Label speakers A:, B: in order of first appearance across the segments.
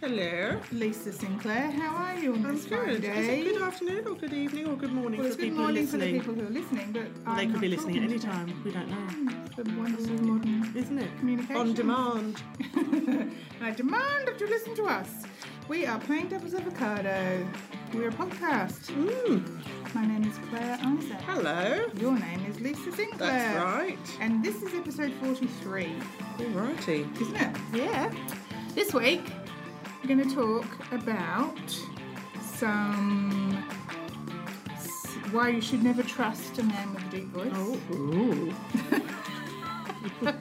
A: Hello.
B: Lisa Sinclair, how are you on
A: I'm
B: this
A: good. Is
B: Friday?
A: it good afternoon or good evening or good morning
B: eh? well, it's
A: for
B: good
A: people
B: morning for the
A: listening?
B: people who are listening, but
A: Well, they
B: I'm
A: could be
B: not
A: listening at any
B: talking
A: time. We don't know.
B: today. The wonderful modern
A: Isn't it?
B: communication.
A: On demand.
B: I demand that you listen to us. We are Plain Devil's Avocado. We're a podcast.
A: Mm.
B: My name is Claire Isaac.
A: Hello.
B: Your name is Lisa Sinclair.
A: That's right.
B: And this is episode 43,
A: Alrighty.
B: isn't it?
A: Yeah.
B: This week, we're going to talk about some s- why you should never trust a man with a deep voice.
A: Oh. Ooh.
B: we're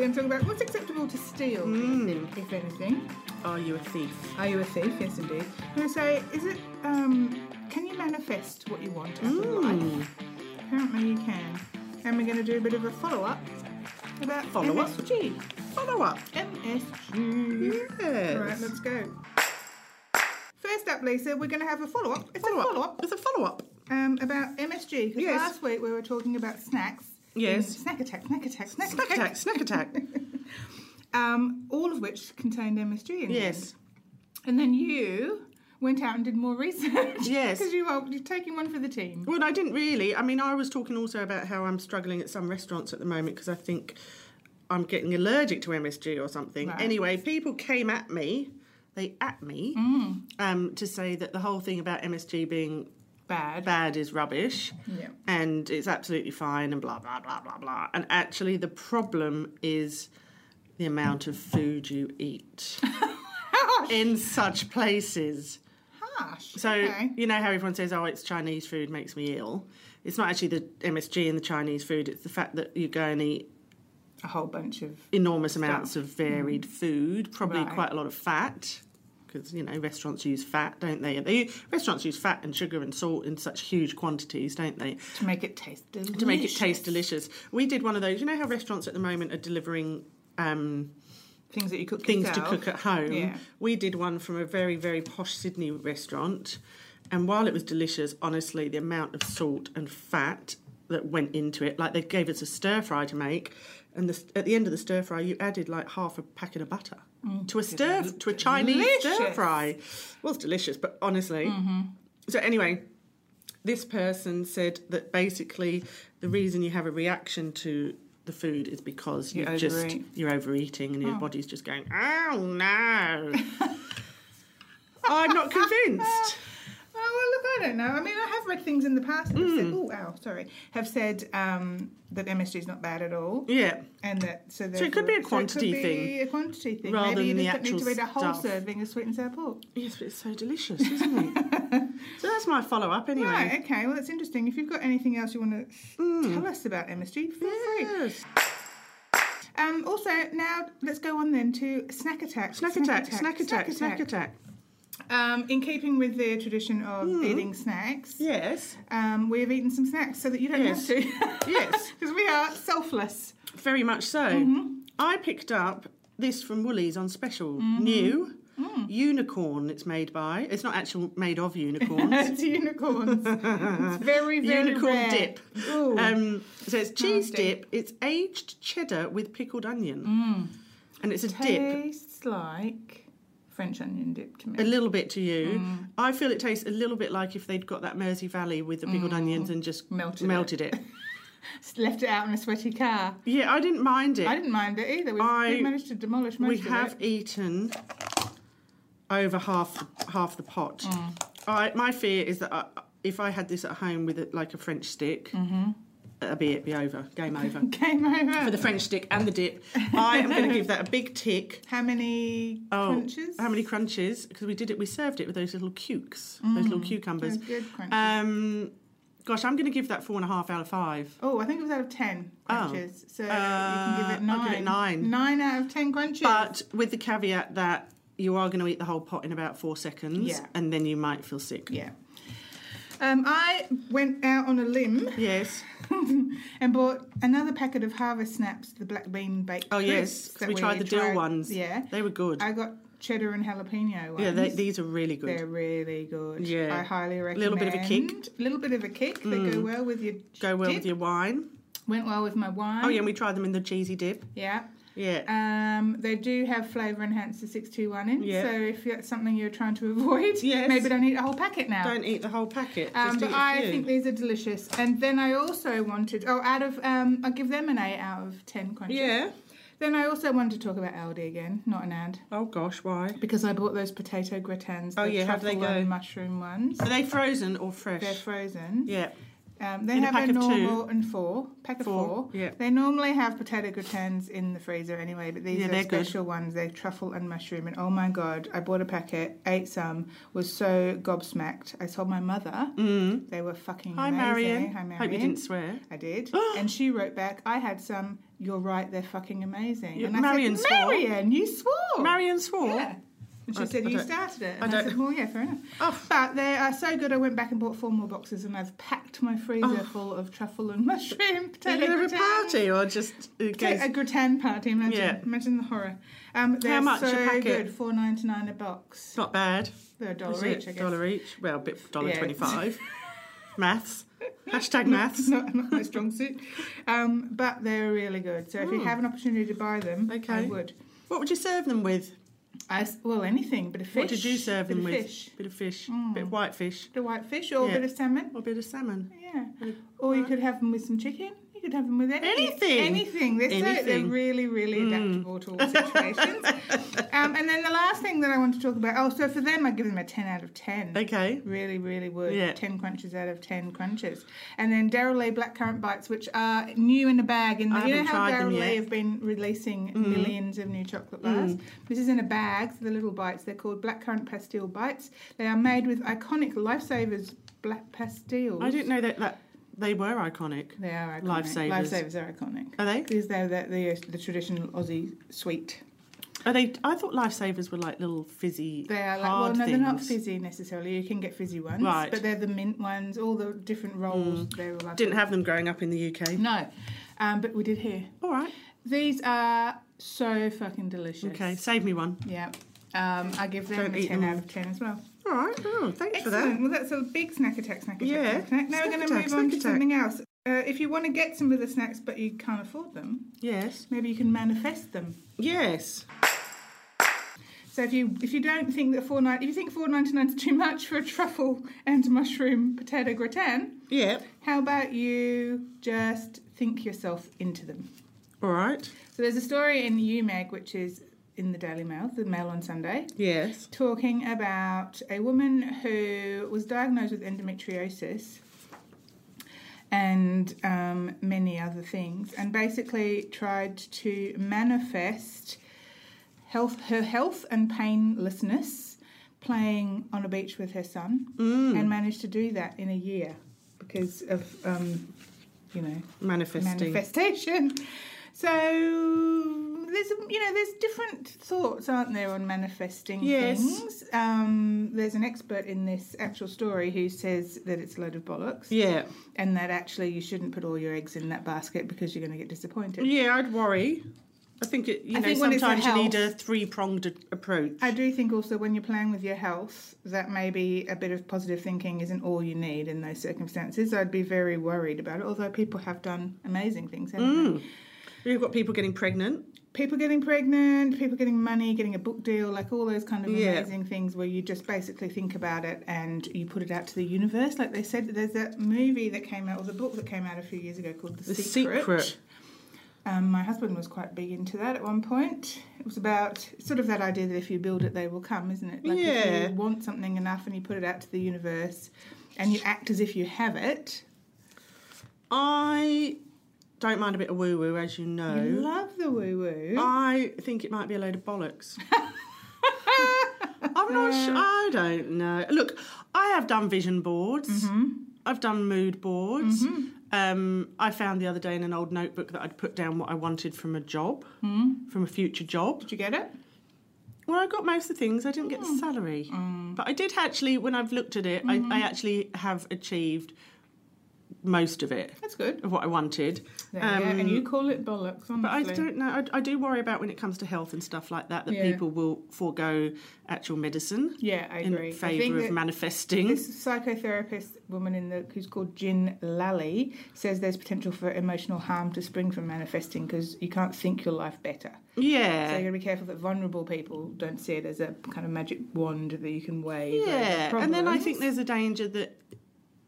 B: going to talk about what's acceptable to steal,
A: Mm.
B: if anything.
A: Are you a thief?
B: Are you a thief? Yes, indeed. I'm going to say, is it? Um, can you manifest what you want out of
A: Mm.
B: life? Apparently, you can. And we're going to do a bit of a follow up about
A: Follow up.
B: MSG.
A: Follow up.
B: MSG.
A: Yes.
B: All right, let's go. First up, Lisa, we're going to have a follow up. It's a follow up
A: It's a follow up.
B: um, about MSG. 'cause
A: Yes.
B: Last week we were talking about snacks.
A: Yes.
B: Mm, Snack attack, snack attack, snack,
A: Snack
B: attack.
A: attack. Snack attack.
B: Um, all of which contained MSG in them.
A: yes.
B: And then you went out and did more research.
A: Yes.
B: Because you are you're taking one for the team.
A: Well, I didn't really. I mean, I was talking also about how I'm struggling at some restaurants at the moment because I think I'm getting allergic to MSG or something.
B: Right.
A: Anyway, people came at me, they at me, um, to say that the whole thing about MSG being
B: Bad.
A: bad is rubbish
B: Yeah.
A: and it's absolutely fine and blah, blah, blah, blah, blah. And actually, the problem is the amount of food you eat
B: Harsh.
A: in such places.
B: Harsh.
A: So
B: okay.
A: you know how everyone says, "Oh, it's Chinese food makes me ill." It's not actually the MSG in the Chinese food; it's the fact that you go and eat
B: a whole bunch of
A: enormous amounts of varied food, probably
B: Mm. Right.
A: quite a lot of fat, because you know restaurants use fat, don't they? they? Restaurants use fat and sugar and salt in such huge quantities, don't they?
B: to make it taste delicious.
A: to make it taste delicious. We did one of those. You know how restaurants at the moment are delivering um,
B: Things that you cook
A: things to
B: yourself.
A: cook at home.
B: Yeah.
A: We did one from a very, very posh Sydney restaurant. And while it was delicious, honestly, the amount of salt and fat that went into it, like they gave us a stir fry to make. And the, at the end of the stir fry, you added like half a packet of butter
B: Mm,
A: to a stir, to a Chinese stir
B: delicious. Mm-hmm.
A: fry. It was delicious, but honestly. So, anyway, this person said that basically the reason you have a reaction to the food is because
B: You
A: you have just
B: overeat.
A: you're overeating and your body's just going, oh no. I'm not convinced.
B: Oh well, look, I don't know. I mean, I have read things in the past that
A: Hmm.
B: have said, "Oh, ow, sorry," have said um, that MSG is not bad at all,
A: Yeah,
B: and that so.
A: it could be a
B: therefore-
A: quantity
B: so it could Be a quantity thing.
A: rather
B: Maybe
A: than
B: you
A: the
B: just don't need to
A: actual
B: eat a whole
A: stuff.
B: serving of sweet and sour pork.
A: yes, but it's so delicious, isn't it? so that's my follow up anyway.
B: Right. Okay. Well, that's interesting. If you've got anything else you want to
A: Hmm.
B: tell us about MSG, feel free.
A: Yes.
B: Um, also, now let's go on then to snack attack.
A: Snack attack, snack attack, snack attack.
B: Um, in keeping with the tradition of
A: Hmm.
B: eating snacks,
A: Yes,
B: um, we have eaten some snacks so that you don't
A: Yes.
B: have to.
A: Yes.
B: Because we are selfless.
A: very much so.
B: Mm-hmm.
A: I picked up this from Woolies on special,
B: Mm-hmm.
A: new
B: Mm.
A: unicorn. It's made by. It's not actual made of unicorns.
B: it's unicorns. It's very, very
A: Unicorn
B: rare.
A: dip.
B: Ooh.
A: Um, so it's cheese
B: Nasty.
A: dip. It's aged cheddar with pickled onion, and it's a dip.
B: Mm. Tastes like French onion dip to
A: A
B: me.
A: little bit to you.
B: Mm.
A: I feel it tastes a little bit like if they'd got that Mersey Valley with the pickled onions and just
B: Mm. Melted it.
A: it.
B: Just left it out in a sweaty car.
A: Yeah, I didn't mind it.
B: I didn't mind it either. We've,
A: I-
B: we've managed to demolish most
A: we
B: of
A: have
B: it.
A: eaten over half half the pot.
B: Mm.
A: I, my fear is that I, if I had this at home with a, like a French stick,
B: Mm-hmm.
A: it'd be it be over, game over.
B: Game over.
A: For the French stick and the dip, I am going to give that a big tick.
B: How many
A: Oh,
B: crunches?
A: how many crunches? Because we did it, we served it with those little cukes, those little cucumbers.
B: Those Mm, good crunches.
A: Um, gosh, I'm going to give that four and a half out of five.
B: oh, I think it was out of ten
A: Oh.
B: crunches. So you can
A: Uh,
B: give it
A: I'll
B: nine.
A: give it nine.
B: Nine out of ten crunches.
A: But with the caveat that you are going to eat the whole pot in about four seconds,
B: Yeah.
A: and then you might feel sick.
B: yeah. Um, I went out on a limb
A: Yes.
B: and bought another packet of harvest snaps, the black bean baked.
A: Oh yes,
B: crisps
A: 'cause
B: that
A: we tried the dill ones.
B: Yeah,
A: they were good.
B: I got cheddar and jalapeno ones.
A: yeah, they, these are really
B: They're
A: good.
B: really good.
A: Yeah.
B: I highly recommend.
A: Little bit of a kick. Mm.
B: A little bit of a kick. They go well with your
A: Go well
B: dip.
A: with your wine.
B: Went well with my wine.
A: Oh yeah, and we tried them in the cheesy dip.
B: Yeah.
A: Yeah.
B: Um, they do have flavour enhancer 621 in,
A: Yeah.
B: so if that's something you're trying to avoid,
A: Yes.
B: maybe don't eat a whole packet now.
A: Don't eat the whole packet.
B: Um,
A: just
B: but
A: eat a
B: I
A: few.
B: think these are delicious. And then I also wanted, oh, out of, um, I'll give them an 8 out of 10 crunches.
A: Yeah.
B: Then I also wanted to talk about Aldi again, not an ad,
A: Oh gosh, why?
B: because I bought those potato gratins,
A: Oh,
B: the
A: yeah, how do they
B: truffle
A: go?
B: and mushroom ones.
A: Are they frozen or fresh?
B: They're frozen.
A: Yeah.
B: Um, they
A: In a
B: have
A: pack
B: a
A: of two?
B: normal and four, pack of
A: Four,
B: four.
A: yeah.
B: They normally have potato gratins in the freezer anyway, but these
A: Yeah, they're
B: are
A: good.
B: special ones. They're truffle and mushroom. And oh my God, I bought a packet, ate some, was so gobsmacked. I told my mother
A: Mm.
B: they were fucking
A: Hi,
B: amazing.
A: Marion.
B: Hi, Marion.
A: Hope you didn't swear.
B: I did. and she wrote back, I had some, you're right, they're fucking amazing.
A: You-
B: and I
A: Marion
B: said,
A: swore.
B: Marion, you swore.
A: Marion swore.
B: Oh. Yeah. And she
A: I-
B: said,
A: I
B: You
A: don't-
B: started it. And
A: I
B: I,
A: don't-
B: said, Well, yeah, fair enough.
A: Oh.
B: But they are so good, I went back and bought four more boxes and I've packed my freezer full of truffle and mushroom
A: Oh. Are
B: potato.
A: you going to a
B: gratin.
A: party or just in
B: Pota- A
A: case?
B: gratin party, imagine.
A: Yeah.
B: Imagine the horror. Um, they're
A: much a
B: so
A: packet?
B: good, four ninety nine a box.
A: It's not bad.
B: They're a
A: is
B: dollar
A: it?
B: each, I guess.
A: Dollar each. Well, a bit dollar
B: Yeah.
A: twenty-five. maths. Hashtag maths.
B: not, not my strong suit. Um, but they're really good. So if you have an opportunity to buy them, I
A: Hmm. Okay.
B: would.
A: What would you serve them with?
B: I s well, anything, but a fish.
A: What did you serve
B: bit
A: them
B: of
A: with?
B: Fish.
A: Bit of fish.
B: Mm.
A: Bit of white fish.
B: Bit of white fish or
A: Yeah.
B: a bit of salmon.
A: Or a bit of salmon.
B: Yeah.
A: And a-
B: Or you could have them with some chicken. You could have them with any,
A: Anything.
B: Anything. They're, So, they're
A: Anything. Mm.
B: really, really adaptable to all situations. um, and then the last thing that I want to talk about. Oh, so for them, I give them a 10 out of 10.
A: Okay.
B: Really, really would.
A: Yeah.
B: 10 crunches out of 10 crunches. And then Daryl Lee Blackcurrant Bites, which are new in a bag. In the,
A: I
B: you know
A: haven't
B: how
A: tried them
B: Daryl
A: yet. Mm-hmm. Mm.
B: Lee have been releasing millions of new chocolate bars? This is in a bag, so the little bites. They're called Blackcurrant Pastille Bites. They are made with iconic Lifesavers black pastilles.
A: I didn't know that, that they were iconic.
B: They are iconic.
A: Lifesavers.
B: Lifesavers are iconic.
A: Are they?
B: Because they're the, the, the traditional Aussie sweet.
A: Are they? I thought lifesavers were like little fizzy.
B: They are like, well,
A: hard
B: no, they're not
A: things.
B: fizzy necessarily. You can get fizzy ones.
A: Right. Hmm.
B: But they're the mint ones, all the different rolls. They're all lovely.
A: Didn't have them growing up in the UK.
B: No. Um, but we did here.
A: All right.
B: These are so fucking delicious.
A: Okay. Save me one.
B: Yeah. Um, I give them
A: Don't
B: a
A: eat
B: 10
A: them.
B: out of 10 as well.
A: All right. Oh, thanks for that.
B: Excellent. Well, that's a big snack attack, snack attack.
A: Yeah.
B: snack attack. Now
A: Snack
B: we're going to
A: attack,
B: move on
A: snack
B: to
A: attack.
B: something else. Uh, if you want to get some of the snacks but you can't afford them,
A: Yes.
B: maybe you can manifest them.
A: Yes.
B: So if you if you don't think that four nine if you think four ninety nine is too much for a truffle and mushroom potato gratin,
A: Yeah.
B: how about you just think yourself into them?
A: All right.
B: So there's a story in the UMag which is in the Daily Mail, the Mail on Sunday,
A: Yes.
B: talking about a woman who was diagnosed with endometriosis and um, many other things, and basically tried to manifest health, her health and painlessness playing on a beach with her son,
A: Mm, Hmm.
B: and managed to do that in a year because of, um, you know,
A: Manifesting.
B: manifestation. So there's you know there's different thoughts, aren't there, on manifesting
A: Yes.
B: things? Um, there's an expert in this actual story who says that it's a load of bollocks,
A: Yeah.
B: and that actually you shouldn't put all your eggs in that basket because you're going to get disappointed.
A: Yeah. I'd worry. I think it, you
B: I
A: know
B: think when it's a
A: sometimes you need a
B: health-
A: three pronged approach.
B: I do think also when you're playing with your health, that maybe a bit of positive thinking isn't all you need in those circumstances. I'd be very worried about it. Although people have done amazing things, haven't they?
A: Hmm. We've got people getting pregnant.
B: people getting pregnant, people getting money, getting a book deal, like all those kind of
A: Yeah.
B: amazing things where you just basically think about it and you put it out to the universe. Like they said, there's that movie that came out, or the book that came out a few years ago called The,
A: The
B: Secret.
A: Secret.
B: Um, my husband was quite big into that at one point. It was about sort of that idea that if you build it, they will come, isn't it? Like
A: Yeah.
B: if you want something enough and you put it out to the universe and you act as if you have it,
A: I don't mind a bit of woo woo, as you know.
B: you love the woo woo.
A: I think it might be a load of bollocks. I'm not sure. I don't know. Look, I have done vision boards. I've done mood boards. Um, I found the other day in an old notebook that I'd put down what I wanted from a job, from a future job.
B: Did you get it?
A: Well, I got most of the things. I didn't get the salary, but I did actually. When I've looked at it, I, I actually have achieved most of it
B: That's good.
A: of what I wanted.
B: There we go. And you call it bollocks, honestly.
A: Um, But I don't know. I, I do worry about when it comes to health and stuff like that that
B: Yeah.
A: people will forego actual medicine
B: Yeah, I agree.
A: in
B: I think
A: favour of
B: that
A: manifesting.
B: This psychotherapist woman in the who's called Jin Lally says there's potential for emotional harm to spring from manifesting because you can't think your life better. So you
A: yeah.
B: got to be careful that vulnerable people don't see it as a kind of magic wand that you can wave. over
A: yeah. And then I think
B: problems.
A: there's a danger that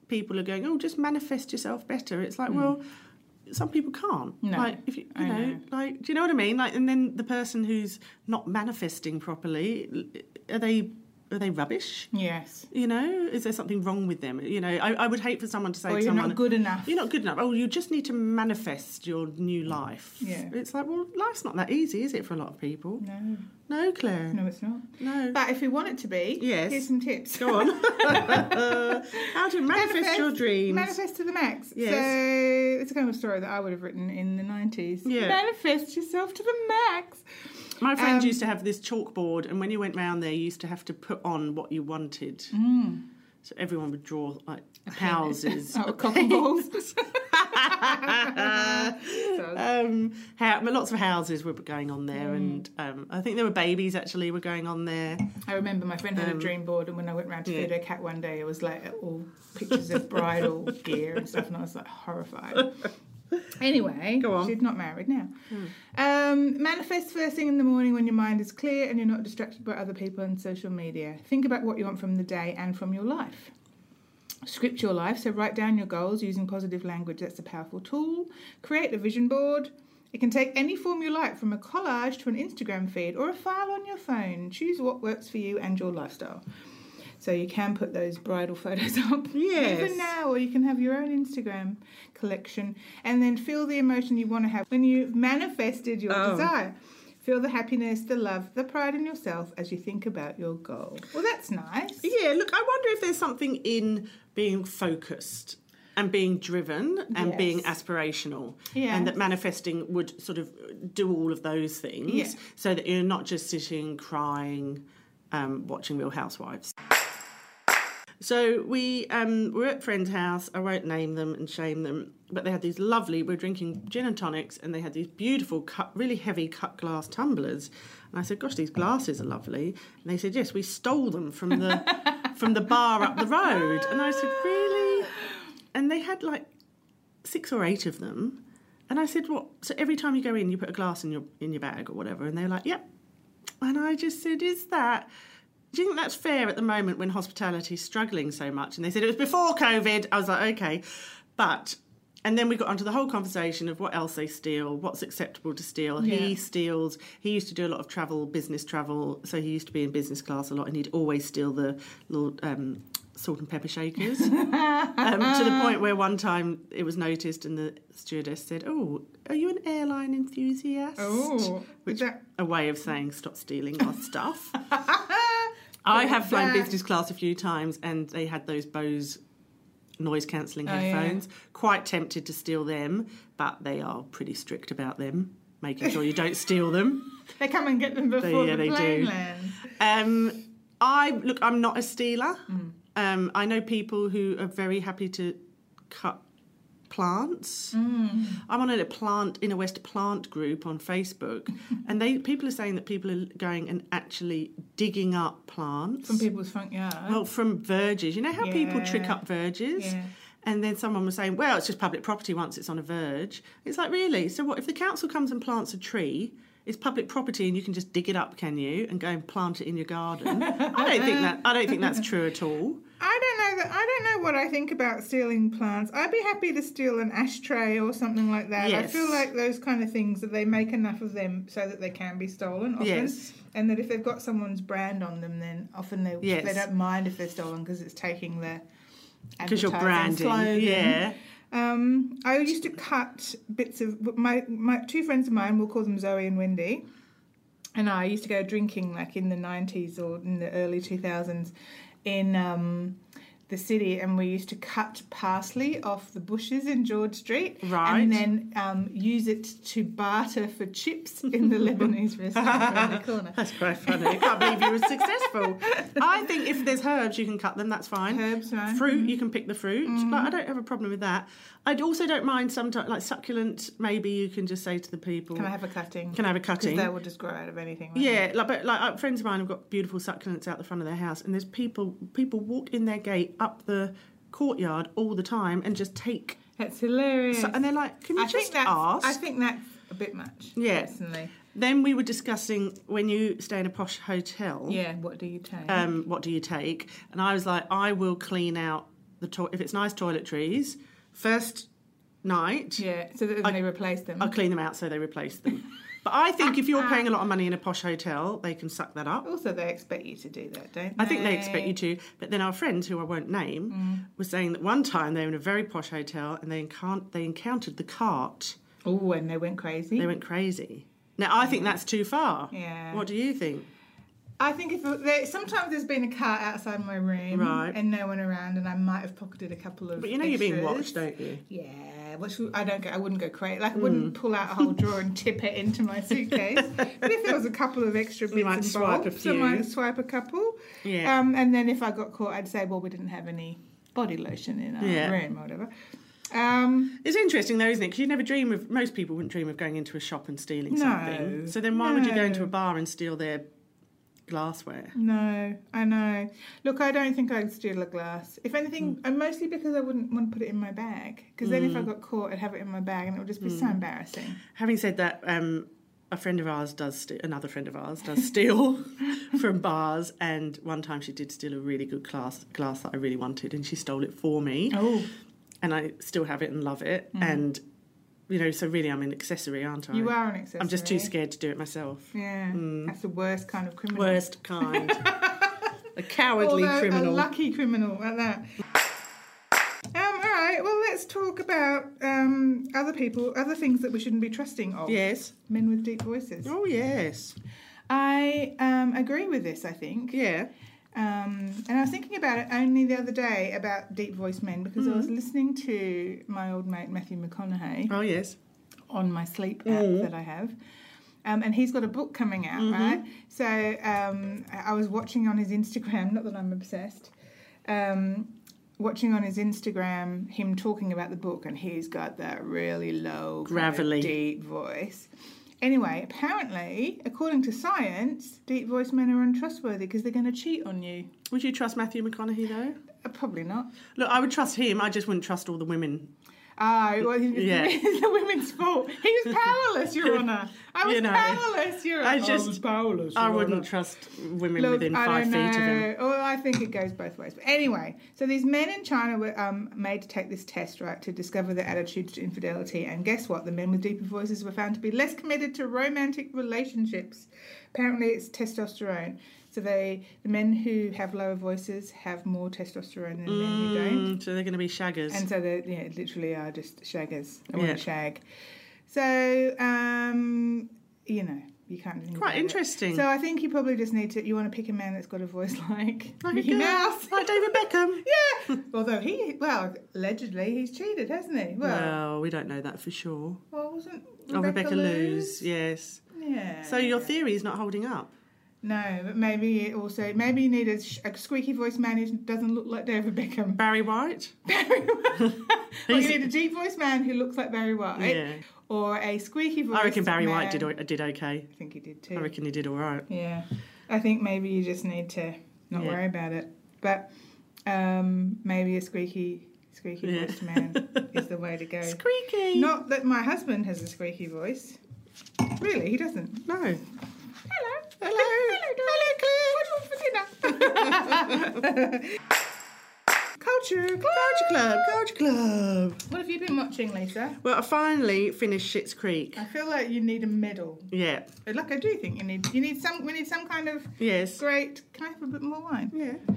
A: people are going, oh, just manifest yourself better. It's like, well, some people can't.
B: Hmm. No,
A: like, if you, you
B: I
A: know,
B: know.
A: like, do you know what I mean? Like, and then the person who's not manifesting properly, are they are they rubbish?
B: yes.
A: You know, is there something wrong with them? You know, I, I would hate for someone to say
B: Or
A: to
B: you're
A: someone,
B: not good enough.
A: You're not good enough. Oh, you just need to manifest your new life.
B: Yeah.
A: It's like, well, life's not that easy, is it, for a lot of people?
B: No,
A: No, Claire.
B: no, it's not.
A: No.
B: But if we want it to be,
A: Yes.
B: here's some tips.
A: Go on. How to manifest,
B: Manifest-
A: your dreams.
B: Manifest to the max.
A: Yes.
B: So it's a kind of story that I would have written in the 90s.
A: Yeah.
B: Manifest yourself to the max.
A: My friend
B: Um,
A: used to have this chalkboard, and when you went round there, you used to have to put on what you wanted.
B: Mm.
A: So everyone would draw like houses,
B: Oh, cock and balls.
A: um, how, but lots of houses were going on
B: Mm.
A: there, and um, I think there were babies actually were going on there.
B: I remember my friend had a dream board, and when I went round to
A: Um, yeah.
B: feed her cat one day, it was like all pictures of bridal gear and stuff, and I was like horrified. Anyway,
A: Go on. Hmm.
B: she's not married now. Um, manifest first thing in the morning when your mind is clear and you're not distracted by other people and social media. Think about what you want from the day and from your life. Script your life, so write down your goals using positive language. That's a powerful tool. Create a vision board. It can take any form you like, from a collage to an Instagram feed or a file on your phone. Choose what works for you and your lifestyle. So you can put those bridal photos up
A: Yes.
B: even now, or you can have your own Instagram collection, and then feel the emotion you want to have when you've manifested your
A: Oh.
B: desire. Feel the happiness, the love, the pride in yourself as you think about your goal. Well, that's nice.
A: Yeah, look, I wonder if there's something in being focused and being driven and being
B: Yes.
A: aspirational.
B: Yeah.
A: And that manifesting would sort of do all of those things
B: Yeah.
A: so that you're not just sitting crying, um, watching Real Housewives. So we um, were at friend's house. I won't name them and shame them, but they had these lovely. We were drinking gin and tonics, and they had these beautiful, cut, really heavy cut glass tumblers. And I said, "Gosh, these glasses are lovely." And they said, "Yes, we stole them from the from the bar up the road." And I said, "Really?" And they had like six or eight of them. And I said, "What?" So every time you go in, you put a glass in your in your bag or whatever. And they were like, "Yep." And I just said, "Is that?" Do you think that's fair at the moment when hospitality's struggling so much? And they said it was before COVID. I was like, okay, but. And then we got onto the whole conversation of what else they steal, what's acceptable to steal. He
B: Yeah.
A: steals. He used to do a lot of travel, business travel. So he used to be in business class a lot, and he'd always steal the little um, salt and pepper shakers um, to the
B: Uh-huh.
A: point where one time it was noticed, and the stewardess said, "Oh, are you an airline enthusiast?"
B: Oh,
A: which
B: is that-
A: a way of saying stop stealing our stuff. I have flown
B: That-
A: business class a few times, and they had those Bose noise cancelling
B: Oh, yeah.
A: headphones. Quite tempted to steal them, but they are pretty strict about them, making sure you don't steal them.
B: They come and get them before
A: yeah,
B: the
A: they
B: plane
A: do.
B: lands.
A: Um, I look. I'm not a stealer. Um, I know people who are very happy to cut plants. I'm on a plant inner west plant group on Facebook, and they people are saying that people are going and actually digging up plants.
B: From people's front yard.
A: well, Oh, from verges. You know how people trick
B: Yeah.
A: up verges.
B: Yeah.
A: And then someone was saying, well, it's just public property once it's on a verge. It's like, really? So, what if the council comes and plants a tree? It's public property and you can just dig it up, can you? And go and plant it in your garden. I don't think that I don't think that's true at all.
B: I don't know that I don't know what I think about stealing plants. I'd be happy to steal an ashtray or something like that. I
A: Yes.
B: feel like those kind of things that they make enough of them so that they can be stolen often.
A: Yes.
B: And that if they've got someone's brand on them then often they
A: Yes.
B: they don't mind if they're stolen because it's taking the
A: Because you're branding. Yeah.
B: um, I used to cut bits of my my two friends of mine. We'll call them Zoe and Wendy. And I used to go drinking like in the nineties or in the early two thousands, in um, the city, and we used to cut parsley off the bushes in George Street,
A: Right.
B: and then um, use it to barter for chips in the Lebanese restaurant around the corner.
A: That's quite funny. I can't believe you were successful. I think if there's herbs, you can cut them. That's fine.
B: Herbs, right?
A: Fruit, you can pick the fruit. Like,
B: Mm-hmm.
A: I don't have a problem with that. I also don't mind sometimes, like succulent. Maybe you can just say to the people,
B: Can I have a cutting?
A: "Can I have a
B: Because
A: cutting?"
B: they will just grow out of anything. won't
A: Yeah, like, but like uh, friends of mine have got beautiful succulents out the front of their house, and there's people people walk in their gate up the courtyard all the time and just take,
B: they? that's hilarious.
A: su- and they're like, "Can you
B: I
A: just
B: think that's,
A: ask?"
B: I think that's a bit much.
A: Yeah.
B: Personally.
A: then we were discussing when you stay in a posh hotel.
B: Yeah. What do you take?
A: Oh. um, what do you take? And I was like, I will clean out the toilet. If it's nice toiletries, first night,
B: yeah. So that when they replace them.
A: I'll clean them out so they replace them. but I think if you're paying a lot of money in a posh hotel, they can suck that up.
B: Also, they expect you to do that, don't they?
A: I think they expect you to. But then our friends, who I won't name,
B: Mm.
A: were saying that one time they were in a very posh hotel and they, encan- they encountered the cart.
B: Oh, and they went crazy.
A: They went crazy. Now, I think that's too far.
B: Mm. Yeah.
A: What do you think?
B: I think if there, sometimes there's been a car outside my room
A: Right.
B: and no one around, and I might have pocketed a couple of.
A: But you know you're being
B: extras.
A: watched, don't you? Hmm.
B: Yeah, which I don't go. I wouldn't go crazy. Like I wouldn't pull out a whole drawer and tip it into my suitcase. but if there was a couple of extra bits
A: might
B: and
A: swipe a
B: bobs,
A: few.
B: I might swipe a couple.
A: Yeah.
B: Um, and then if I got caught, I'd say, well, we didn't have any body lotion in our
A: Yeah.
B: room or whatever. Um,
A: It's interesting though, isn't it? Because you never dream of most people wouldn't dream of going into a shop and stealing
B: No.
A: something. So then why would you go
B: No.
A: into a bar and steal their glassware?
B: no, I know. Look, I don't think I'd steal a glass. If anything,
A: Mm.
B: and mostly because I wouldn't want to put it in my bag. Because then if I got caught, I'd have it in my bag, and it would just be
A: Mm.
B: so embarrassing.
A: Having said that, um, a friend of ours does ste another friend of ours does steal from bars, and one time she did steal a really good glass glass that I really wanted, and she stole it for me,
B: Oh,
A: and I still have it and love it, and you know, so really I'm an accessory, aren't I?
B: Mm. you are an accessory.
A: I'm just too scared Mm. to do it myself.
B: Yeah, that's the worst kind of criminal.
A: Worst kind, a cowardly
B: Although
A: criminal.
B: A lucky criminal at that. Um, all right, well, let's talk about um, other people, other things that we shouldn't be trusting of.
A: yes.
B: Men with deep voices.
A: Oh yes.
B: I um, agree with this, I think.
A: Yeah.
B: Um, and I was thinking about it only the other day about deep voiced men because I was listening to my old mate Matthew McConaughey
A: Oh yes.
B: on my sleep app that I have. Um, and he's got a book coming out, right? So um, I I was watching on his Instagram, not that I'm obsessed, um, watching on his Instagram him talking about the book, and he's got that really low, kind of
A: Gravelly.
B: deep voice. Anyway, apparently, according to science, deep voiced men are untrustworthy because they're going to cheat on you.
A: Would you trust Matthew McConaughey though?
B: Uh, probably not.
A: Look, I would trust him. I just wouldn't trust all the women.
B: Oh, well, it's
A: Yeah.
B: the women's fault. He was powerless, Your Honour. I was
A: You know,
B: powerless, Your Honour.
A: I just-
B: was powerless.
A: I
B: Your
A: wouldn't
B: Honour.
A: trust women
B: Look,
A: within
B: I
A: five
B: don't
A: feet of him.
B: know. Well, I think it goes both ways. But anyway, so these men in China were um, made to take this test, right, to discover their attitudes to infidelity. And guess what? The men with deeper voices were found to be less committed to romantic relationships. Apparently, it's testosterone. So they, the men who have lower voices, have more testosterone than the men who don't.
A: Mm, so they're going to be shaggers.
B: And so they yeah, literally are just shaggers. I want
A: Yeah.
B: to shag. So um, you know, you can't. think about
A: Quite
B: it.
A: interesting.
B: So I think you probably just need to. You want to pick a man that's got a voice like
A: Like a
B: Mickey
A: girl.
B: Mouse.
A: like David Beckham.
B: yeah. Although he, well, allegedly he's cheated, hasn't he? Well,
A: Well, we don't know that for sure.
B: well wasn't
A: oh, Rebecca Lewes,
B: Lewis?
A: yes.
B: Yeah.
A: So your theory is not holding up.
B: no, but maybe it also maybe you need a, sh- a squeaky voice man who doesn't look like David Beckham.
A: Barry White?
B: Barry White. or you
A: He's-
B: need a deep voice man who looks like Barry White.
A: yeah.
B: or a squeaky voice.
A: I reckon Barry White did,
B: man.
A: o- did okay.
B: I think he did
A: I
B: too.
A: reckon he did all right.
B: Yeah, I think maybe you just need to not
A: Yeah.
B: worry about it. But um, maybe a squeaky, squeaky
A: Yeah.
B: voiced man is the way to go.
A: Squeaky.
B: Not that my husband has a squeaky voice. Really, he doesn't.
A: No.
B: Hello, hello, hello, hello, Claire. What do you want for dinner? Culture, club.
A: Couch Club, Couch Club.
B: What have you been watching, Lisa?
A: Well, I finally finished Shits Creek.
B: I feel like you need a medal.
A: Yeah.
B: Like I do think you need you need some we need some kind of
A: Yes.
B: great. Can I have a bit more wine?
A: Yeah.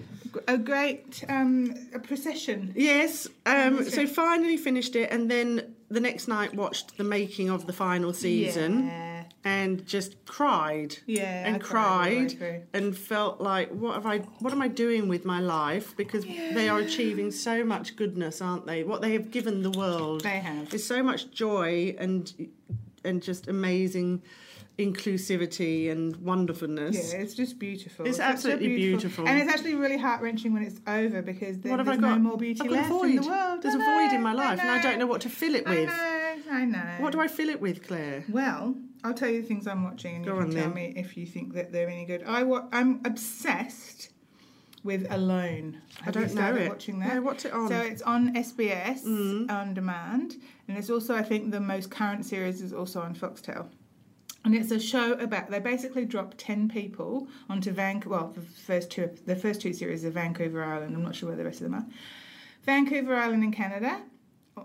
B: A great um, a procession.
A: Yes. Um,
B: Finished
A: so finally finished it, and then the next night watched the making of the final season.
B: Yeah.
A: and just cried
B: Yeah.
A: and
B: I all the way
A: cried
B: through.
A: and felt like what have I what am I doing with my life because they are achieving so much goodness aren't they what they have given the world
B: They have.
A: is so much joy and and just amazing inclusivity and wonderfulness
B: Yeah, it's just beautiful.
A: It's
B: such a
A: absolutely beautiful.
B: and it's actually really heart wrenching when it's over because then
A: What have I
B: there's no
A: got?
B: more beauty
A: I've got a
B: left
A: void.
B: in the world.
A: There's
B: I
A: a
B: know,
A: void in my life, and I don't know what to fill it
B: I
A: with.
B: know, I know.
A: What do I fill it with, Claire?
B: Well, I'll tell you the things I'm watching, and you
A: Go
B: can
A: on
B: tell
A: then.
B: me if you think that they're any good. I wa- I'm obsessed with Alone. Have
A: I
B: you
A: don't know
B: started
A: it.
B: Watching that.
A: No, what's it on? Mm.
B: So it's on SBS on demand, and it's also I think the most current series is also on Foxtel. And it's a show about they basically drop ten people onto Vancouver. Well, the first two the first two series are Vancouver Island. I'm not sure where the rest of them are. Vancouver Island in Canada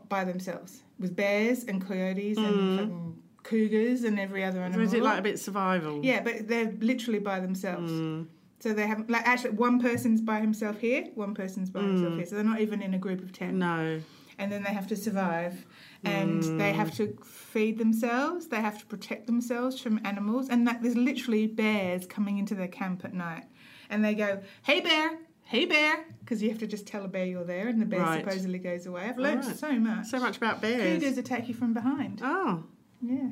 B: by themselves with bears and coyotes and fucking cougars and every other
A: Or
B: animal.
A: Mm. is it like a bit survival?
B: yeah, but they're literally by themselves.
A: Mm.
B: So they have like actually one person's by himself here, one person's by himself here. So they're not even in a group of ten.
A: Mm. No.
B: And then they have to survive, and they have to feed themselves. They have to protect themselves from animals, and like there's literally bears coming into their camp at night, and they go, "Hey bear, hey bear," because you have to just tell a bear you're there, and the bear
A: Right.
B: supposedly goes away. I've learned
A: Alright.
B: so much.
A: So much about bears.
B: Cougars attack you from behind.
A: Oh,
B: Yeah.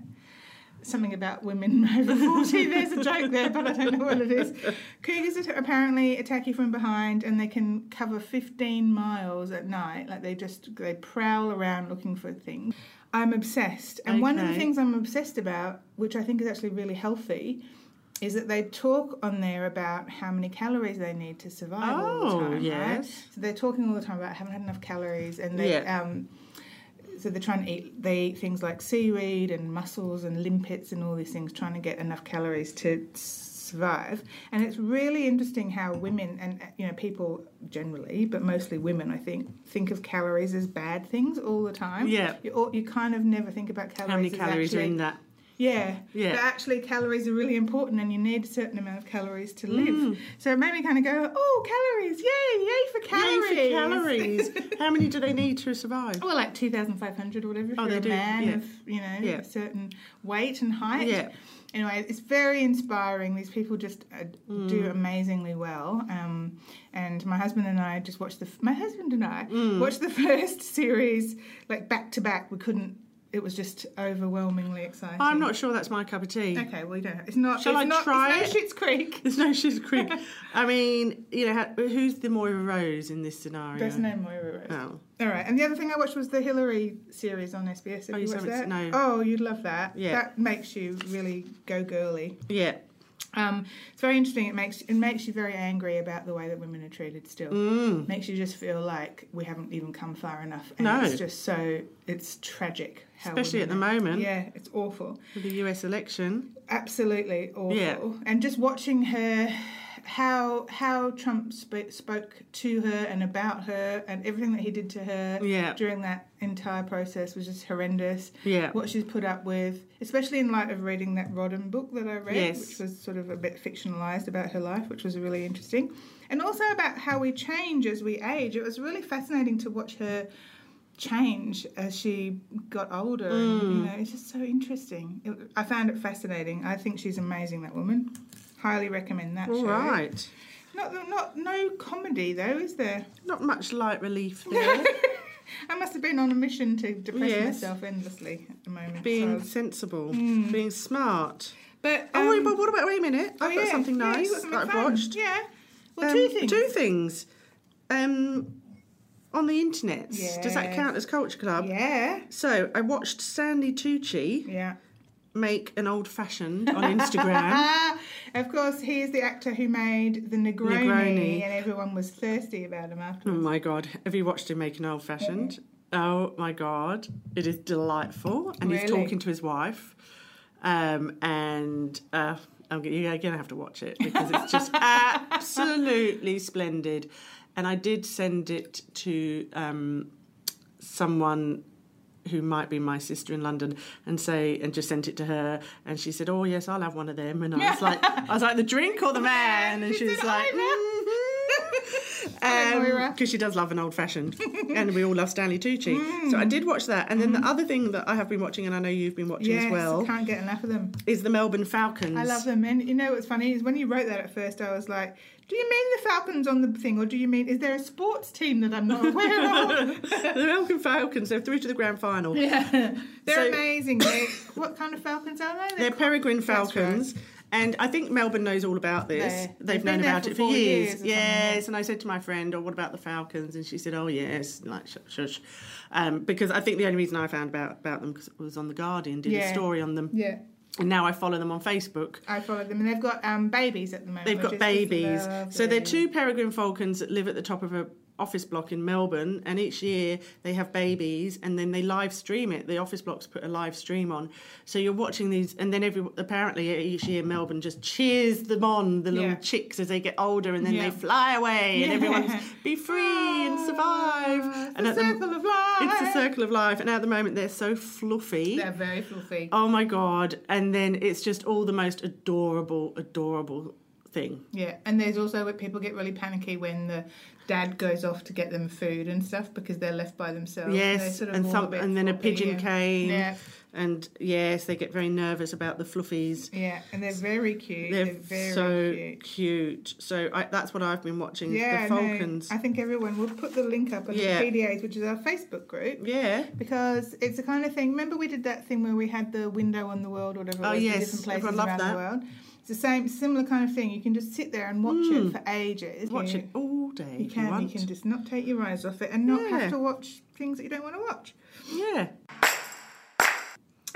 B: Something about women over 40. There's a joke there, but I don't know what it is. Cougars att- apparently attack you from behind and they can cover 15 miles at night. Like they just they prowl around looking for things. I'm obsessed. And one of the
A: Okay.
B: things I'm obsessed about, which I think is actually really healthy, is that they talk on there about how many calories they need to survive all
A: Oh,
B: the time. Right?
A: yes.
B: So they're talking all the time about haven't had enough calories and they
A: Yeah.
B: um so they're trying to eat they eat things like seaweed and mussels and limpets and all these things trying to get enough calories to s- survive and it's really interesting how women and uh, you know people generally but mostly women i think think of calories as bad things all the time
A: Yeah.
B: you, or, you kind of never think about calories
A: how many
B: as
A: calories
B: actually,
A: are in that?
B: yeah
A: Yeah.
B: but actually calories are really important and you need a certain amount of calories to live so it made me kind of go oh calories yay
A: Mm. Yay for calories. how many do they need to survive?
B: well, like 2,500 or whatever, if
A: Oh,
B: you're
A: they
B: a
A: do,
B: man
A: yeah.
B: of, you know,
A: Yeah.
B: a certain weight and height.
A: Yeah.
B: Anyway, it's very inspiring. These people just uh,
A: Mm.
B: do amazingly well. Um, and my husband and I just watched the... F- my husband and I
A: Mm.
B: watched the first series, like, back to back. We couldn't... It was just overwhelmingly exciting.
A: I'm not sure that's my cup of tea.
B: Okay, well, you don't have... It's not...
A: Shall
B: it's
A: I
B: not,
A: try
B: It's no Schitt's Creek.
A: There's no She's Creek. I mean, you know, how, who's the Moira Rose in this scenario?
B: There's no Moira Rose.
A: Oh,
B: All right, and the other thing I watched was the Hillary series on SBS. Have
A: Oh,
B: you
A: you
B: watched that?
A: haven't- no.
B: Oh, you'd love that.
A: Yeah.
B: That makes you really go girly.
A: yeah.
B: Um, it's very interesting. It makes it makes you very angry about the way that women are treated. Still,
A: Mm.
B: makes you just feel like we haven't even come far enough. And
A: No.
B: it's just so it's tragic. How
A: Especially at the
B: women are-
A: moment
B: Yeah, it's awful.
A: with the US election.
B: Absolutely awful.
A: Yeah.
B: And just watching her, how how Trump sp- spoke to her and about her and everything that he did to her
A: Yeah,
B: during that entire process was just horrendous.
A: yeah.
B: What she's put up with, especially in light of reading that Rodden book that I read,
A: Yes.
B: which was sort of a bit fictionalized about her life, which was really interesting. And also about how we change as we age. It was really fascinating to watch her change as she got older. And, you
A: Mm.
B: know, it's just so interesting. It, I found it fascinating. I think she's amazing, that woman. Highly recommend that
A: All
B: show.
A: right.
B: Not, not, no comedy though, is there?
A: Not much light relief there.
B: I must have been on a mission to depress
A: Yes.
B: myself endlessly at the moment.
A: being
B: so-
A: sensible,
B: Mm.
A: being smart.
B: but
A: oh, wait,
B: um,
A: but what about, wait a minute. I've
B: oh,
A: got
B: yeah,
A: something
B: yeah,
A: nice
B: you've got something
A: that I've
B: fun.
A: watched.
B: Yeah. Well,
A: Um,
B: two things.
A: Two things. Um, on the internet. Does that
B: Yes.
A: count as Culture Club?
B: Yeah.
A: So I watched Sandy Tucci
B: Yeah.
A: make an old fashioned on Instagram.
B: Ah, of course, he is the actor who made the Negroni,
A: Negroni.
B: and everyone was thirsty about him
A: oh
B: afterwards.
A: my god. Have you watched him make an old fashioned? Oh my god. It is delightful. And he's
B: Really?
A: talking to his wife. Um, and uh, I'm, g- you're going to have to watch it because it's just absolutely splendid. And I did send it to um, someone who might be my sister in London and say and just sent it to her and she said, Oh yes, I'll have one of them and I was like I was like the drink or the man and she was like "Mhm."
B: coming, Moira.
A: because she does love an old fashioned, and we all love Stanley Tucci. So
B: Mm.
A: I did watch that, and then the other thing that I have been watching, and I know you've been watching
B: Mm-hmm. Yes,
A: as well,
B: can't get enough of them.
A: is the Melbourne Falcons.
B: I love them. And you know what's funny is when you wrote that at first, I was like, do you mean the Falcons on the thing, or do you mean is there a sports team that I'm not aware of?
A: the Melbourne Falcons. They're through to the grand final.
B: yeah, they're
A: So-
B: amazing. They're, what kind of Falcons are they?
A: They're peregrine
B: right.
A: falcons. And I think Melbourne knows all about this.
B: They-
A: They've,
B: they've
A: known
B: been there
A: about
B: for
A: it for
B: four years or
A: years.
B: something,
A: yes. And I said to my friend, "Oh, what about the Falcons?" And she said, "Oh, yes." Like shush, shush. Um, because I think the only reason I found about about them because it was on the Guardian, did
B: Yeah.
A: a story on them,
B: yeah,
A: and now I follow them on Facebook.
B: I follow them, and they've got um, babies at the moment.
A: They've got
B: which is just
A: babies. So
B: lovely.
A: they're two peregrine falcons that live at the top of a office block in Melbourne and each year they have babies and then they live stream it. The office blocks put a live stream on. So you're watching these and then every apparently each year Melbourne just cheers them on, the little
B: Yeah.
A: chicks as they get older and then
B: Yeah.
A: they fly away and
B: Yeah. Ah,
A: everyone's be free and survive.
B: It's
A: and
B: a
A: at the-
B: circle of life.
A: it's a circle of life. And at the moment they're so fluffy.
B: They're very fluffy.
A: Oh my god. And then it's just all the most adorable, adorable thing.
B: Yeah, and there's also where people get really panicky when the dad goes off to get them food and stuff because they're left by themselves. they're
A: Yes,
B: sort of
A: and
B: all
A: some,
B: bit
A: and then a
B: floppy,
A: pigeon
B: yeah.
A: came,
B: Yeah,
A: and yes, they get very nervous about the fluffies.
B: yeah, and they're very cute. They're,
A: They're,
B: very
A: so
B: cute.
A: cute. So I, that's what I've been watching.
B: Yeah,
A: the
B: no,
A: falcons.
B: I think everyone will put the link up on
A: Yeah.
B: the PDAs, which is our Facebook group,
A: yeah.
B: because it's the kind of thing. Remember, we did that thing where we had the window on the world, or whatever. it
A: Oh,
B: was, the
A: yes,
B: different places
A: everyone loved
B: around the
A: that.
B: world. It's the same, similar kind of thing. You can just sit there and watch it for ages.
A: Hmm. Watch
B: You-
A: it all day.
B: You
A: if
B: can. You
A: want.
B: can just not take your eyes off it and not
A: Yeah.
B: have to watch things that you don't want to watch.
A: Yeah.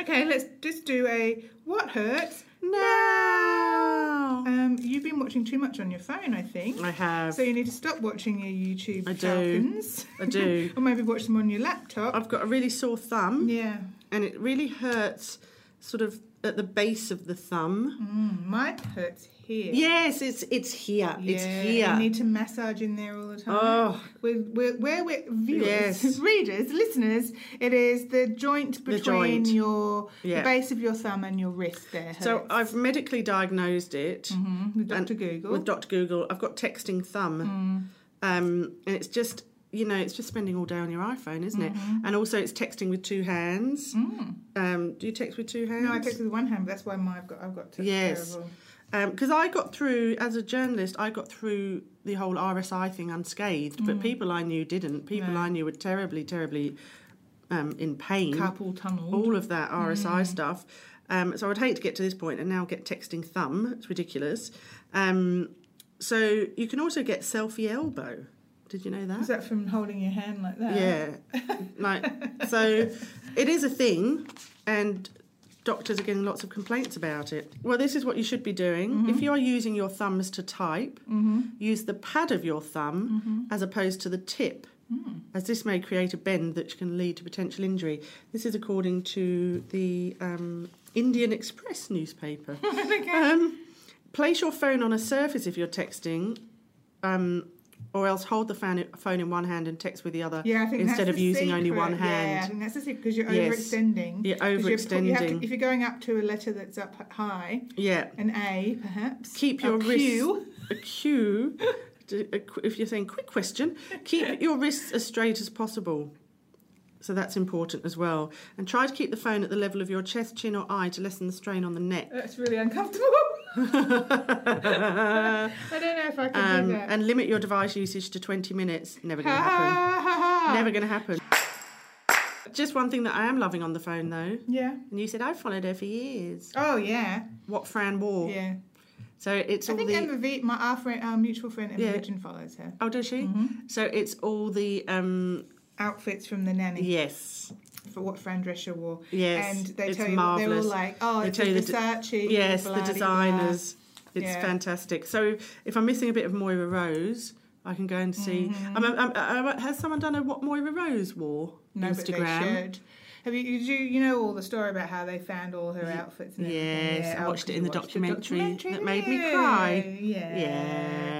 B: Okay, let's just do a what hurts.
A: No.
B: Um, you've been watching too much on your phone, I think.
A: I have.
B: So you need to stop watching your YouTube
A: I do.
B: falcons.
A: I do.
B: or maybe watch them on your laptop.
A: I've got a really sore thumb,
B: yeah.
A: and it really hurts, sort of at the base of the thumb.
B: Mm, mine hurts here.
A: Yes, it's it's here. it's
B: Yeah,
A: here.
B: You need to massage in there all the time.
A: Oh.
B: We're, we're, where we're viewers,
A: Yes.
B: readers, listeners, it is the joint between
A: joint.
B: your the
A: Yeah.
B: base of your thumb and your wrist there.
A: so I've medically diagnosed it.
B: Mhm, with Dr.
A: and-
B: Google.
A: with Dr. Google. I've got texting thumb,
B: Hmm.
A: um, and it's just you know it's just spending all day on your iPhone, isn't
B: Mm-hmm.
A: it? And also it's texting with two hands. Um, do you text with two hands?
B: Mm. no, I text with one hand. but That's why my, I've got I've got to
A: Yes.
B: terrible.
A: because Um, I got through as a journalist. I got through the whole RSI thing unscathed,
B: Mm.
A: but people I knew didn't. People I knew were terribly, terribly um, in pain.
B: carpal tunnel.
A: all of that
B: Mm.
A: RSI stuff. Um, so I'd hate to get to this point and now get texting thumb. It's ridiculous. Um, so you can also get selfie elbow. Did you know that?
B: Is that from holding your hand like that?
A: yeah. like so, it is a thing, and doctors are getting lots of complaints about it. Well, this is what you should be doing.
B: Mm-hmm.
A: If you are using your thumbs to type, use the pad of your thumb
B: mm-hmm.
A: as opposed to the tip.
B: Hmm.
A: As this may create a bend that can lead to potential injury. This is according to the um, Indian Express newspaper. um, place your phone on a surface if you're texting, um, or else hold the fan- phone in one hand and text with the other
B: Yeah, I think
A: instead
B: that's
A: of
B: the
A: using only
B: secret.
A: one
B: Yeah, I
A: hand.
B: think that's the secret because you're
A: Yes.
B: overextending.
A: You're
B: 'Cause you're pu- you have to-
A: overextending.
B: if you're going up to a letter that's up high,
A: yeah.
B: an A perhaps.
A: Keep
B: a
A: your wrists
B: Q.
A: a cue. to- a qu- If you're saying quick question, keep your wrists as straight as possible. So that's important as well. And try to keep the phone at the level of your chest, chin, or eye to lessen the strain on the neck.
B: That's really uncomfortable. I don't know if I can
A: Um,
B: do that.
A: and limit your device usage to 20 minutes. Never
B: Ha,
A: going to happen.
B: ha, ha, ha.
A: Never going to happen. Just one thing that I am loving on the phone though,
B: Yeah.
A: and you said I've followed her for years.
B: Oh yeah.
A: What Fran wore.
B: Yeah.
A: So it's
B: I
A: all
B: think
A: the.
B: Emma V, my our, friend, our mutual friend Emma
A: Yeah.
B: Virgin follows her.
A: Oh,
B: Mm.
A: does she? So it's all the um
B: Outfits from the nanny.
A: yes,
B: for what Fran Drescher wore.
A: Yes,
B: and they
A: it's
B: tell you they're all
A: marvellous.
B: like, oh,
A: They
B: it's
A: tell
B: a
A: you the de-
B: Versace.
A: yes,
B: blah,
A: the
B: de, blah.
A: designers. It's
B: Yeah.
A: fantastic. So if I'm missing a bit of Moira Rose, I can go and see.
B: Mm-hmm.
A: Um, um, um, um, has someone done a what Moira Rose wore
B: No, but they
A: Instagram?
B: should. Have you, you do you know all the story about how they found all her outfits? And everything?
A: Yes, I
B: oh,
A: watched
B: 'cause
A: it
B: you
A: in the documentary that made me
B: didn't
A: cry.
B: you? Yeah.
A: yeah.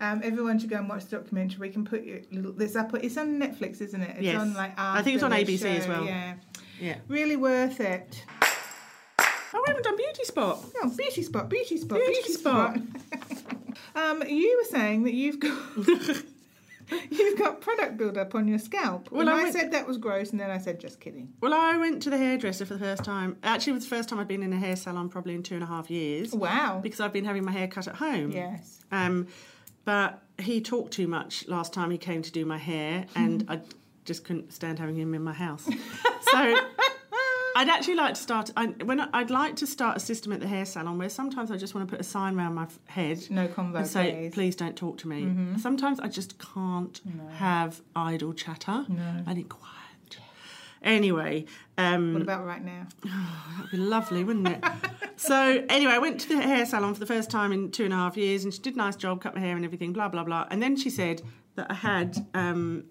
B: Um, everyone should go and watch the documentary. We can put you little this up. It's on Netflix, isn't it? It's
A: Yes.
B: on like
A: I think it's
B: after
A: on
B: the
A: ABC as
B: show,
A: well.
B: Yeah,
A: Yeah.
B: really worth it.
A: Oh, I haven't done beauty spot.
B: Oh, beauty spot, beauty spot, beauty,
A: Beauty
B: spot. um, you were saying that you've got. got product buildup on your scalp.
A: Well,
B: Well, and
A: I
B: I,
A: went-
B: said that was gross, and then I said, just kidding.
A: Well, I went to the hairdresser for the first time. Actually, it was the first time I'd been in a hair salon probably in two and a half years
B: Oh, Wow.
A: because I've been having my hair cut at home.
B: Yes.
A: Um, but he talked too much last time he came to do my hair, and I just couldn't stand having him in my house. so I'd actually like to start. I, when I, I'd like to start a system at the hair salon where sometimes I just want to put a sign around my f- head
B: No convo,
A: and say,
B: please.
A: please. don't talk to me." Sometimes I just can't have idle chatter.
B: No.
A: I need quiet. Anyway, um,
B: What about right now?
A: That'd be lovely, wouldn't it? so anyway, I went to the hair salon for the first time in two and a half years, and she did a nice job, cut my hair and everything, blah blah blah. And then she said that I had. Um,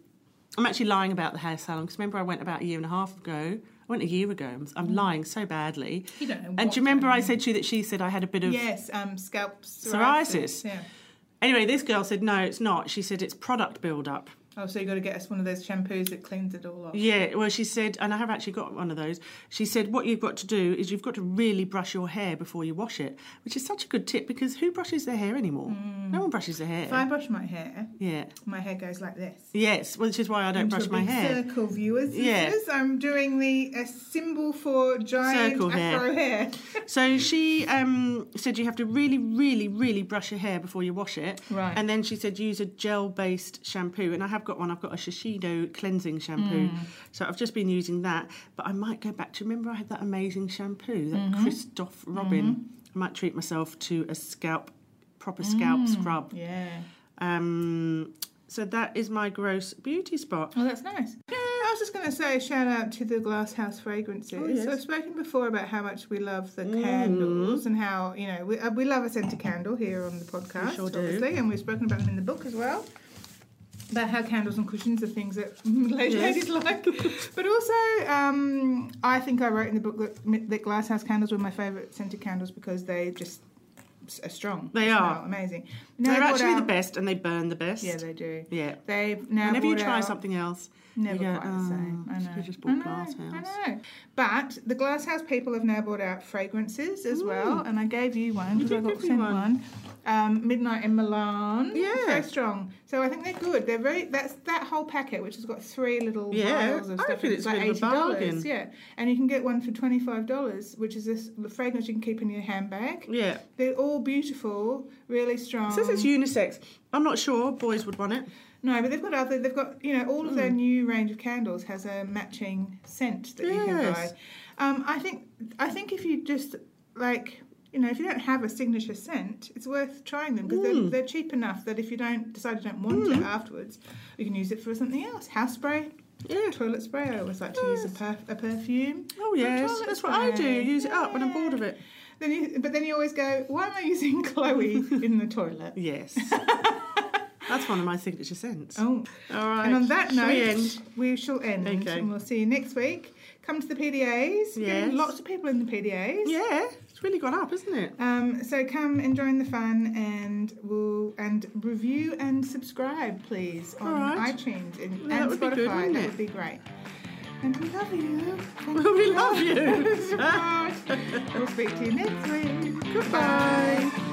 A: I'm actually lying about the hair salon because remember I went about a year and a half ago. I went a year ago. I'm, I'm lying so badly.
B: You don't know.
A: And do you remember I said to you that she said I had a bit of.
B: Yes, um, scalp psoriasis.
A: Psoriasis.
B: Yeah.
A: Anyway, this girl said no, it's not. She said it's product build-up.
B: Oh, so you got to get us one of those shampoos that cleans it all off.
A: Yeah, well, she said, and I have actually got one of those. She said, what you've got to do is you've got to really brush your hair before you wash it, which is such a good tip because who brushes their hair anymore? No one brushes their hair.
B: Hmm. If I brush my hair,
A: Yeah.
B: my hair goes like this.
A: Yes, which is why I don't
B: Into
A: brush
B: a
A: my
B: big
A: hair.
B: Circle viewers.
A: Yeah.
B: listeners. I'm doing the uh, symbol for giant
A: Circle hair.
B: afro hair.
A: So she um, said you have to really, really, really brush your hair before you wash it.
B: Right.
A: And then she said use a gel based shampoo. And I have got one, I've got a Shiseido cleansing shampoo.
B: Hmm.
A: So I've just been using that. But I might go back to remember I had that amazing shampoo, that
B: Mm-hmm.
A: Christophe Robin. I might treat myself to a scalp, proper scalp
B: Mm.
A: scrub.
B: Yeah.
A: Um, so that is my gross beauty spot.
B: Oh, that's nice. Yeah, I was just going to say shout out to the Glass House fragrances.
A: Oh, yes. Mm.
B: I've spoken before about how much we love the candles and how you know we, uh, we love a scented candle here on the podcast,
A: sure do.
B: obviously, and we've spoken about them in the book as well. About how candles and cushions are things that ladies
A: Yes.
B: like, but also um, I think I wrote in the book that, that Glass House candles were my favourite scented candles because they just are strong.
A: They
B: smell
A: are.
B: amazing.
A: They're
B: brought
A: actually the
B: out-
A: best and they burn the best.
B: Yeah, they do.
A: yeah.
B: They've now
A: Whenever you
B: brought
A: try
B: out-
A: something else,
B: Never
A: Yeah,
B: quite the same.
A: oh,
B: I know.
A: you just
B: I
A: bought
B: know,
A: Glass House.
B: I know. But the Glass House people have now brought out fragrances as well, and I gave you one
A: You
B: because I
A: did
B: got
A: give me
B: sent one.
A: one.
B: Um, Midnight in Milan.
A: Yeah.
B: So strong. So I think they're good. They're very. That's that whole packet, which has got three little
A: Yeah,
B: vials of
A: I
B: stuff.
A: think
B: and
A: it's a
B: like
A: bit of a bargain.
B: $80. Yeah, and you can get one for twenty five dollars, which is this the fragrance you can keep in your handbag.
A: yeah.
B: They're all beautiful, really strong.
A: It says it's unisex. I'm not sure boys would want it.
B: No, but they've got other. They've got you know all of their new range of candles has a matching scent that you can buy.
A: Yes.
B: Um, I think I think if you just like you know if you don't have a signature scent, it's worth trying them because
A: Mm.
B: they're, they're cheap enough that if you don't decide you don't want it afterwards, you can use it for something else. House spray,
A: Yeah.
B: toilet spray. I always like to use a, perf- a perfume.
A: Oh yes,
B: toilet
A: that's what I do.
B: spray.
A: Use it up when I'm
B: Yeah.
A: bored of it.
B: Then you, but then you always go, why am I using Chloe in the toilet?
A: Yes. that's one of my signature scents.
B: Oh.
A: All right.
B: And on that
A: Shall
B: note,
A: we
B: we,
A: end?
B: shall end,
A: Okay.
B: and we'll see you next week. Come to the PDAs. We're getting
A: Yes.
B: Lots of people in the PDAs.
A: yeah, it's really gone up, isn't it?
B: Um, so come and join the fun, and we'll and review and subscribe, please, on
A: Alright.
B: iTunes and,
A: Well, that
B: and
A: would
B: Spotify.
A: be good, wouldn't
B: That
A: it?
B: would be great. And we love you. Thank
A: We
B: for
A: love
B: your
A: you.
B: support. we'll speak to you next week. Goodbye.